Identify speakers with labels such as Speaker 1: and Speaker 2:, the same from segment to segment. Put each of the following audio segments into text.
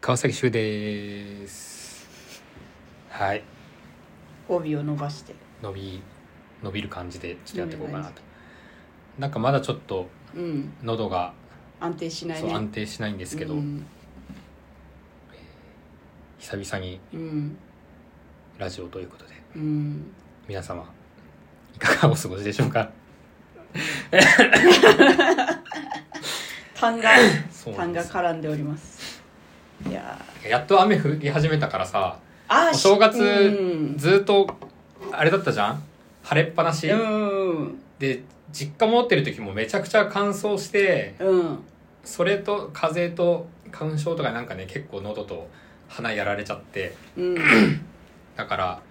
Speaker 1: 川崎修ですはい
Speaker 2: 帯を伸ばして
Speaker 1: 伸び伸びる感じでちょっとやっていこうかなとなんかまだちょっと
Speaker 2: うん
Speaker 1: 喉が
Speaker 2: 安定しない
Speaker 1: そう
Speaker 2: ね
Speaker 1: 安定しないんですけど、
Speaker 2: うん、
Speaker 1: 久々に
Speaker 2: うん
Speaker 1: ラジオということで
Speaker 2: うん
Speaker 1: 皆様いかがお過ごしでしょうか
Speaker 2: 痰が
Speaker 1: そうな
Speaker 2: 痰
Speaker 1: んで
Speaker 2: が
Speaker 1: す
Speaker 2: 絡んでおりますいやー
Speaker 1: やっと雨降り始めたからさ
Speaker 2: あ
Speaker 1: お正月
Speaker 2: うん
Speaker 1: ずっとあれだったじゃん晴れっぱなし、
Speaker 2: うん
Speaker 1: で実家戻ってる時もめちゃくちゃ乾燥して
Speaker 2: うん
Speaker 1: それと風邪と花粉症とかなんかね結構喉と鼻やられちゃって
Speaker 2: うん
Speaker 1: だから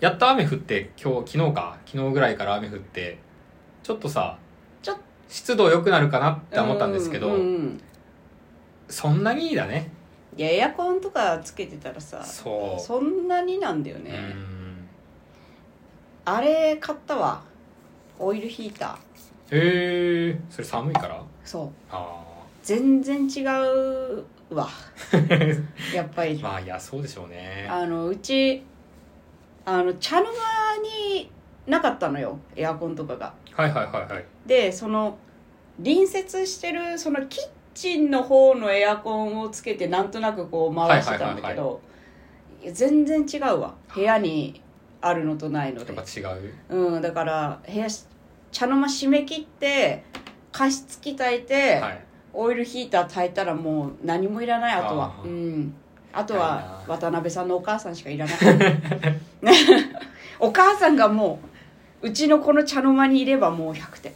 Speaker 1: やっと雨降って今日昨日か昨日ぐらいから雨降ってちょっとさ
Speaker 2: ちょっ
Speaker 1: 湿度良くなるかなって思ったんですけど、
Speaker 2: うんうん
Speaker 1: そんなにだね
Speaker 2: いやエアコンとかつけてたらさ
Speaker 1: そう
Speaker 2: そんなになんだよ
Speaker 1: う
Speaker 2: ね、
Speaker 1: ん
Speaker 2: あれ買ったわオイルヒーター
Speaker 1: へえそれ寒いから
Speaker 2: そう
Speaker 1: あ
Speaker 2: 全然違う わやっぱり
Speaker 1: ーまあいやそうでしょうね
Speaker 2: あのうちあの茶の間になかったのよエアコンとかが
Speaker 1: はいはいはいはい
Speaker 2: でその隣接してるそのキッチンの方のエアコンをつけてなんとなくこう回してた
Speaker 1: は
Speaker 2: んだけ
Speaker 1: いはい
Speaker 2: どいや全然違うわ部屋にあるのとないの
Speaker 1: や
Speaker 2: で
Speaker 1: っぱ違う
Speaker 2: うんだから部屋し茶の間締め切って加湿器炊いて、
Speaker 1: はい
Speaker 2: オイルヒーター炊いたらもう何もいらないあとは
Speaker 1: あー
Speaker 2: うんあと
Speaker 1: い
Speaker 2: はい
Speaker 1: な
Speaker 2: 渡辺さんのお母さんしかいらない お母さんがもううちのこの茶の間にいればもう100点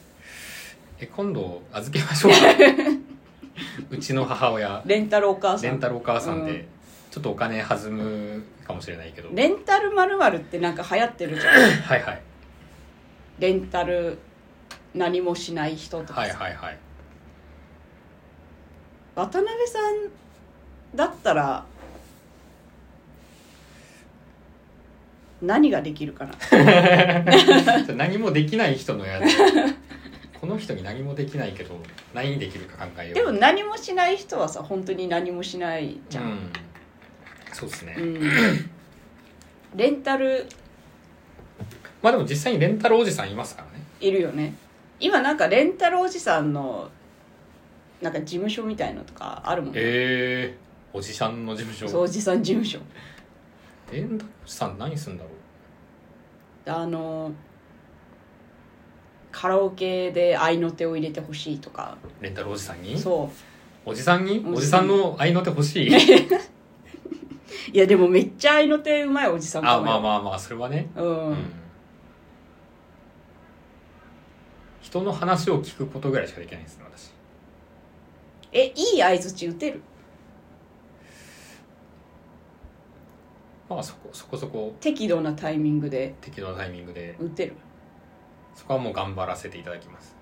Speaker 1: え今度預けま しょうかうちの母親
Speaker 2: レンタルお母さ
Speaker 1: レン
Speaker 2: ん
Speaker 1: タルお母さんで、
Speaker 2: う
Speaker 1: ちょっとお金弾むかもしれないけど
Speaker 2: レンタルまるまるってなんか流行ってるじゃん
Speaker 1: はいはい
Speaker 2: レンタル何もしない人とかさ、
Speaker 1: はいはいはい
Speaker 2: 渡辺さんだったら何ができるかな
Speaker 1: 何もできない人のや つこの人に何もできないけど何にできるか考えよう
Speaker 2: でも何もしない人はさ本当に何もしないじゃ
Speaker 1: うんそうですね、
Speaker 2: うんレンタル
Speaker 1: まあでも実際にレンタルおじさんいますからね
Speaker 2: いるよね今なんかレンタルおじさんのなんか事務所みたいのとかあるもんね、
Speaker 1: えー、おじさんの事務
Speaker 2: そうお
Speaker 1: 所
Speaker 2: じさん事務所
Speaker 1: レンタルおじさん何するんだろう
Speaker 2: あのカラオケで合いの手を入れてほしいとか
Speaker 1: レンタルおじさんに
Speaker 2: そ
Speaker 1: おじさんに
Speaker 2: お
Speaker 1: お
Speaker 2: じ
Speaker 1: じ
Speaker 2: さ
Speaker 1: さ
Speaker 2: ん
Speaker 1: んの合いの手欲 しい
Speaker 2: ういやでもめっちゃ合いの手うまいおじさんか
Speaker 1: あ
Speaker 2: も
Speaker 1: まあまあまあそれはね
Speaker 2: あうん、
Speaker 1: うん人の話を聞くことぐらいしかできないですね私
Speaker 2: えいい相づち打てる
Speaker 1: まあそこそこそこ
Speaker 2: 適度なタイミングで
Speaker 1: 適度なタイミングで
Speaker 2: 打てる
Speaker 1: そこはもう頑張らせていただきます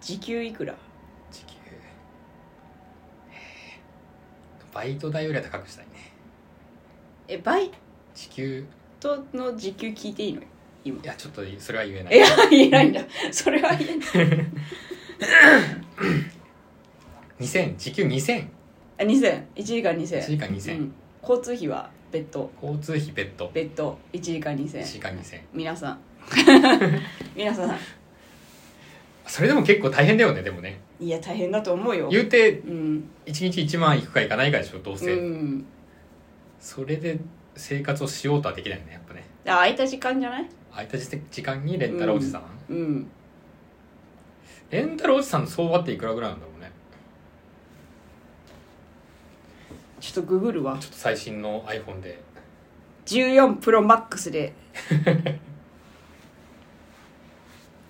Speaker 2: 時給いくら
Speaker 1: 時給えーバイト代よりは高くしたいね
Speaker 2: えバイ
Speaker 1: 時給
Speaker 2: トの時給聞いていいの
Speaker 1: いやちょっとそれは言えない
Speaker 2: いや言えないんだそれは言えない
Speaker 1: 2000時給2000
Speaker 2: あ2000 1時間
Speaker 1: 1
Speaker 2: 2000
Speaker 1: 時間2000、
Speaker 2: うん交通費は別途
Speaker 1: 交通費別途
Speaker 2: 別途1時間
Speaker 1: 1
Speaker 2: 2000
Speaker 1: 時間2000
Speaker 2: 皆さん 皆さ
Speaker 1: それでも結構大変だよねでもね
Speaker 2: んいや大変だと思うよ
Speaker 1: 言うて
Speaker 2: うん
Speaker 1: 1日1万いくかいかないかでしょどう
Speaker 2: う
Speaker 1: せ、
Speaker 2: ん
Speaker 1: それで生活をしようとはできないよねやっぱね
Speaker 2: あ空いた時間じゃない
Speaker 1: 空いた時間にレンタルおじさん、
Speaker 2: うん
Speaker 1: レンタルおじさんの相場っていくらぐらいなんだろうね
Speaker 2: ちょっとググるわ
Speaker 1: ちょっと最新の iPhone で
Speaker 2: 14プロマック スで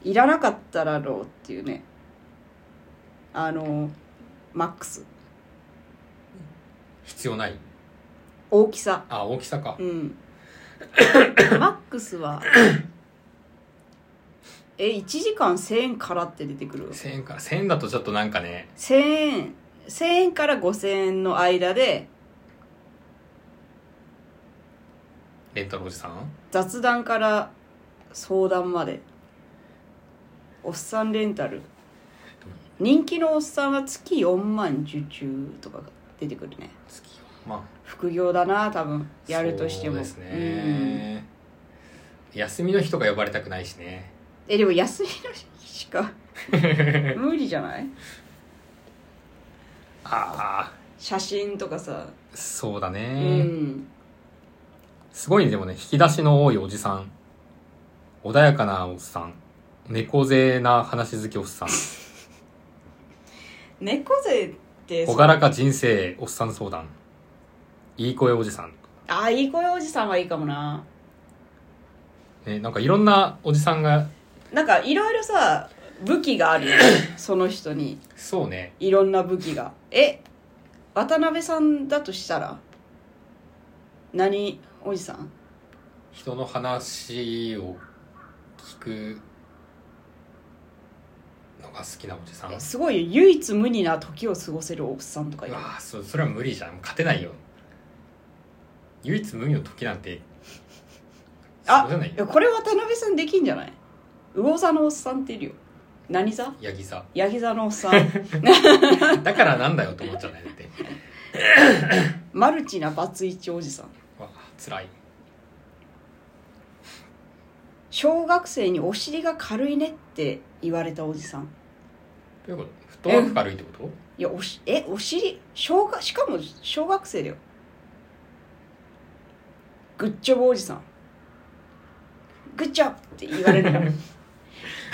Speaker 2: いらなかったらろうっていうねあのマックス
Speaker 1: 必要ない
Speaker 2: 大きさ
Speaker 1: あ大きさか
Speaker 2: うんマックス はえ1時間1000円からって出てくる
Speaker 1: 1000円から1000円だとちょっとなんかね
Speaker 2: 1000円1000円から5000円の間で
Speaker 1: レンタルおじさん
Speaker 2: 雑談から相談までおっさんレンタル人気のおっさんは月4万受注とか出てくるね
Speaker 1: 月はまあ
Speaker 2: 副業だな多分やるとしても
Speaker 1: そうですね、休みの日とか呼ばれたくないしね
Speaker 2: うん、えでも休みの日しか無理じゃない
Speaker 1: ああ
Speaker 2: 写真とかさ、
Speaker 1: そうだ
Speaker 2: う
Speaker 1: ね、
Speaker 2: ん、
Speaker 1: すごいねでもね引き出しの多いおじさん穏やかなおっさん猫背な話好きおっさん
Speaker 2: 猫背って
Speaker 1: 朗らか人生おっさん相談いい声おじさん、
Speaker 2: あいい声おじさんはいいかもな
Speaker 1: ね、なんかいろんなおじさんが
Speaker 2: なんかいろいろさ武器があるよねその人に
Speaker 1: そうね
Speaker 2: いろんな武器がえ渡辺さんだとしたら何おじさん
Speaker 1: 人の話を聞くのが好きなおじさん
Speaker 2: えすごいよ唯一無二な時を過ごせるおっさんとかいうる
Speaker 1: わあそそれは無理じゃん勝てないよ唯一無二の時なんて
Speaker 2: あ
Speaker 1: そうじゃない
Speaker 2: いやこれ渡辺さんできんじゃない魚座のおっさんっているよ何座
Speaker 1: ヤギ座
Speaker 2: ヤギ座のおっさん
Speaker 1: だからなんだよと思っちゃうねだって
Speaker 2: マルチなバツイチおじさん
Speaker 1: わあ辛い
Speaker 2: 小学生にお尻が軽いねって言われたおじさん
Speaker 1: どういうことフットワーク軽いってこと
Speaker 2: いやおしえお尻小学しかも小学生だよグッジョブおじさんグッジョブって言われるからグ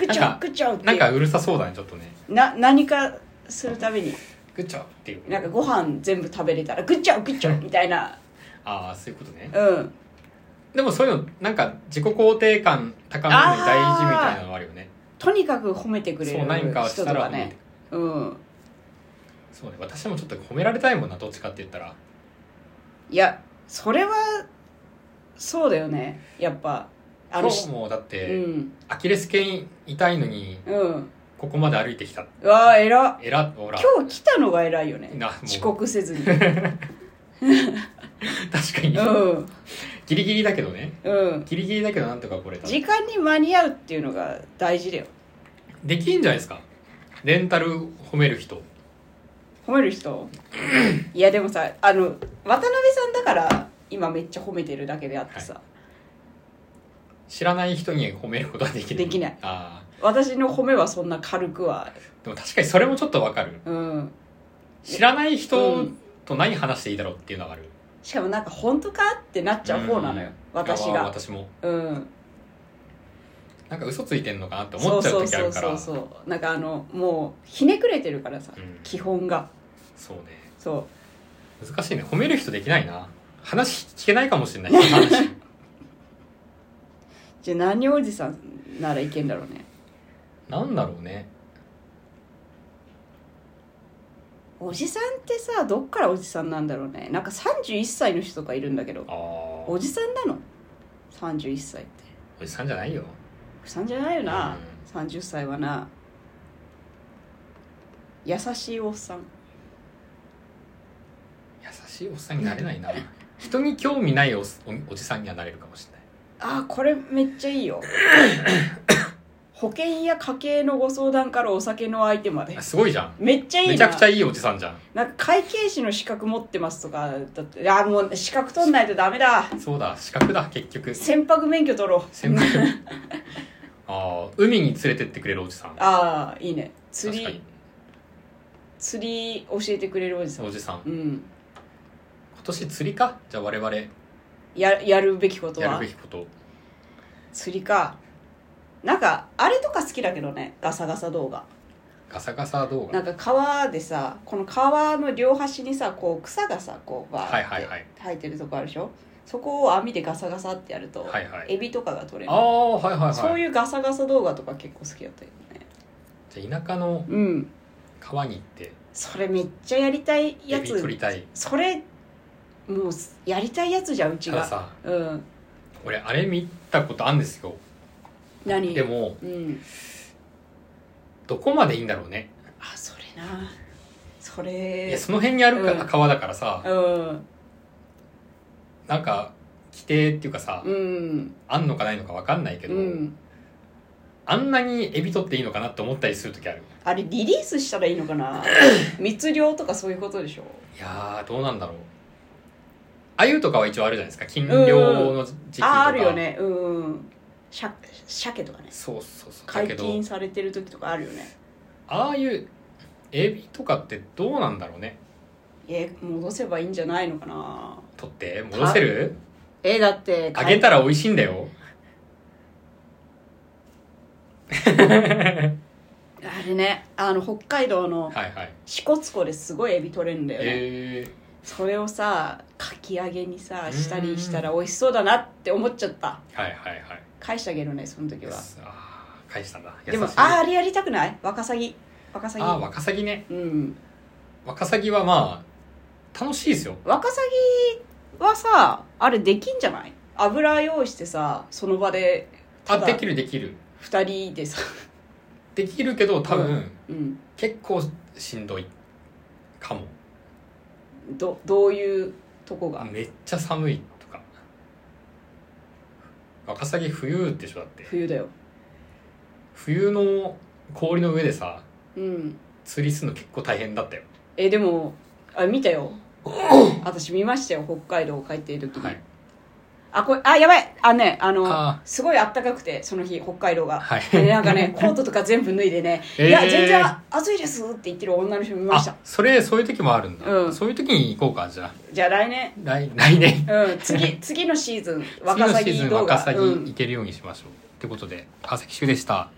Speaker 2: ッジ
Speaker 1: なんか
Speaker 2: ョブグッジョブって
Speaker 1: なんかうるさそうだねちょっとね
Speaker 2: な何かするたびに
Speaker 1: グッチョブっていう
Speaker 2: なんかご飯全部食べれたらグッジョブグッジョブみたいな
Speaker 1: ああそういうことね
Speaker 2: うん
Speaker 1: でもそういうのなんか自己肯定感高めるのに大事みたいなのあるよね
Speaker 2: とにかく褒めてくれ
Speaker 1: そう何
Speaker 2: る
Speaker 1: かをし
Speaker 2: 人
Speaker 1: た
Speaker 2: と
Speaker 1: ら
Speaker 2: か
Speaker 1: 褒めて
Speaker 2: ねうん
Speaker 1: そうね私もちょっと褒められたいもんなどっちかって言ったら
Speaker 2: いやそれはそうだよねやっぱあ
Speaker 1: 今
Speaker 2: の
Speaker 1: 日もだっ
Speaker 2: う
Speaker 1: て、
Speaker 2: ん
Speaker 1: アキレス腱痛いのに
Speaker 2: うん
Speaker 1: ここまで歩いてきた
Speaker 2: うわー偉っ
Speaker 1: えらほら
Speaker 2: 今日来たのが偉いよね
Speaker 1: なもう
Speaker 2: 遅刻せず に
Speaker 1: 確かに、
Speaker 2: うん
Speaker 1: ギリギリだけどね
Speaker 2: うん
Speaker 1: ギリギリだけどなんとかこれた
Speaker 2: 時間に間に合うっていうのが大事だよ
Speaker 1: できんじゃないですかレンタル褒める人
Speaker 2: 褒め る人いやでもさあの渡辺さんだから今めっちゃ褒めてるだけであってさ、
Speaker 1: 知らない人に褒めることはできない
Speaker 2: できない
Speaker 1: あ
Speaker 2: 私の褒めはそんな軽くは
Speaker 1: ーでも確かにそれもちょっとわかる
Speaker 2: うん
Speaker 1: 知らない人
Speaker 2: うん
Speaker 1: と何話していいだろうっていうのがある
Speaker 2: しかもなんか本当かってなっちゃう方なのよ、
Speaker 1: うんあ
Speaker 2: 私
Speaker 1: ー
Speaker 2: が
Speaker 1: 私も
Speaker 2: うん
Speaker 1: なんか嘘ついてんのかなって
Speaker 2: そ
Speaker 1: 思っ
Speaker 2: う
Speaker 1: ちゃ
Speaker 2: そうう
Speaker 1: 時あ
Speaker 2: そ
Speaker 1: る
Speaker 2: う
Speaker 1: か
Speaker 2: そ
Speaker 1: ら
Speaker 2: うそうなんかあのもうひねくれてるからさ、
Speaker 1: うん
Speaker 2: 基本が
Speaker 1: そうね
Speaker 2: そ
Speaker 1: 難しいね褒める人できないな話聞けないかもしれない 話
Speaker 2: うじゃあ何おじさんならいけんだろうね
Speaker 1: なんだろうね
Speaker 2: おじさんってさどっからおじさんなんだろうねなんか31歳の人とかいるんだけど
Speaker 1: ああ
Speaker 2: お
Speaker 1: お
Speaker 2: じさんなの31歳って
Speaker 1: じさんじゃないよ
Speaker 2: おじさんじゃないよな、
Speaker 1: う
Speaker 2: 30歳はな優しいおっさん
Speaker 1: 優しいおっさんになれないな人に興味ないおっおおじさんにはなれるかもしれない
Speaker 2: あーこれめっちゃい いよ保険や家計のご相談からお酒の相手まで
Speaker 1: あすごいじゃん
Speaker 2: めっちゃいいな
Speaker 1: めちゃくちゃいいおじさんじゃん
Speaker 2: なんか会計士の資格持ってますとかだってあーもう資格取んないとダメだ
Speaker 1: そうだ資格だ結局
Speaker 2: 船舶免許取ろう
Speaker 1: 先輩 ああ海に連れてってくれるおじさん
Speaker 2: ああいいね釣
Speaker 1: 確か
Speaker 2: り
Speaker 1: に
Speaker 2: 釣り教えてくれるおじさん
Speaker 1: おじさん
Speaker 2: うん
Speaker 1: 今年釣りかじゃあ我々や
Speaker 2: ややるべきこと
Speaker 1: る
Speaker 2: は
Speaker 1: べきこと
Speaker 2: 釣りかなんかあれとか好きだけどねガサガサ動画
Speaker 1: ガサガサ動
Speaker 2: な
Speaker 1: 画
Speaker 2: んか川でさこの川の両端にさこう草がさこうバ
Speaker 1: はい
Speaker 2: ー
Speaker 1: は
Speaker 2: っ
Speaker 1: い
Speaker 2: て
Speaker 1: はい
Speaker 2: 生えてるとこあるでしょそこを網でガサガサってやると、
Speaker 1: はいはい
Speaker 2: エビとかが取れ
Speaker 1: ああ
Speaker 2: る
Speaker 1: はいはいはい
Speaker 2: そういうガサガサ動画とか結構好きだったよね
Speaker 1: じゃあ田舎の
Speaker 2: うん
Speaker 1: 川に行って
Speaker 2: それめっちゃやりたい
Speaker 1: エ
Speaker 2: や
Speaker 1: ビ取
Speaker 2: つ
Speaker 1: りたい
Speaker 2: それもうやりたいやつじゃんうち
Speaker 1: ただ
Speaker 2: が
Speaker 1: さ
Speaker 2: うん
Speaker 1: 俺あれ見たことあるんですよ
Speaker 2: 何
Speaker 1: でも
Speaker 2: うん
Speaker 1: どこまでいいんだろうね
Speaker 2: あそれなそ
Speaker 1: いや
Speaker 2: れ
Speaker 1: その辺にあるか
Speaker 2: うん
Speaker 1: 川だからさ
Speaker 2: うん
Speaker 1: なんか規定っていうかさ
Speaker 2: うん
Speaker 1: あんのかないのか分かんないけ
Speaker 2: う
Speaker 1: ど
Speaker 2: ん
Speaker 1: あんなにエビ取っていいのかなって思ったりする時ある
Speaker 2: あれリリースしたらいいのか な密漁とかそういうことでしょ
Speaker 1: いやーどうなんだろうアユとかは一応あるじゃないですか禁漁の時期とか
Speaker 2: あーあるよねうんしゃ鮭とかね
Speaker 1: そうそうそうだ
Speaker 2: 解
Speaker 1: けど
Speaker 2: 禁されてる時とかあるよね
Speaker 1: ああいうエビとかってどうなんだろうね
Speaker 2: え戻せばいいんじゃないのかな
Speaker 1: 取って戻せる
Speaker 2: えだって
Speaker 1: あげたら美味しいんだよ
Speaker 2: あれねあの北海道
Speaker 1: は
Speaker 2: の
Speaker 1: いはい
Speaker 2: 支笏湖ですごいエビ取れるんだよね、
Speaker 1: え
Speaker 2: それをさかき揚げにさしたりしたら美味しそうだなって思っちゃった
Speaker 1: ー、はいはいはい
Speaker 2: 返してあげるねその時は
Speaker 1: あー返したんだ優しい
Speaker 2: でもあーあれやりたくないワカサギワカサギ
Speaker 1: あーワカサギね
Speaker 2: うん
Speaker 1: ワカサギはまあ楽しいですよ
Speaker 2: ワカサギはさあれできんじゃない油用意してさその場で
Speaker 1: あ
Speaker 2: ただ
Speaker 1: できるできる
Speaker 2: 2人でさ
Speaker 1: できるけど多分、
Speaker 2: ううん
Speaker 1: 結構しんどいかも
Speaker 2: どどういうとこが
Speaker 1: めっちゃ寒いとかワカサギ冬でしょだって
Speaker 2: 冬だよ
Speaker 1: 冬の氷の上でさ
Speaker 2: うん
Speaker 1: 釣りするの結構大変だったよ
Speaker 2: えでもあ見 たよ私見ましたよ北海道帰っている時に、
Speaker 1: はい
Speaker 2: あこれあやばいあねあの
Speaker 1: あ
Speaker 2: すごいあったかくてその日北海道 が、
Speaker 1: はい
Speaker 2: でなんかねコートとか全部脱いでね「
Speaker 1: えー
Speaker 2: いや全然暑いです」って言ってる女の人見ました
Speaker 1: あそれそういう時もあるんだ、
Speaker 2: うん
Speaker 1: そういう時に行こうかじゃあ
Speaker 2: じゃあ来年
Speaker 1: 来来年
Speaker 2: うん次次のシーズンワ
Speaker 1: 次の
Speaker 2: カ
Speaker 1: シ
Speaker 2: サ
Speaker 1: ーズ
Speaker 2: ギ
Speaker 1: ン
Speaker 2: 動
Speaker 1: ワカ
Speaker 2: 画
Speaker 1: サギ
Speaker 2: う
Speaker 1: 行
Speaker 2: ん
Speaker 1: けるようにしましょう、ってことで川崎修でした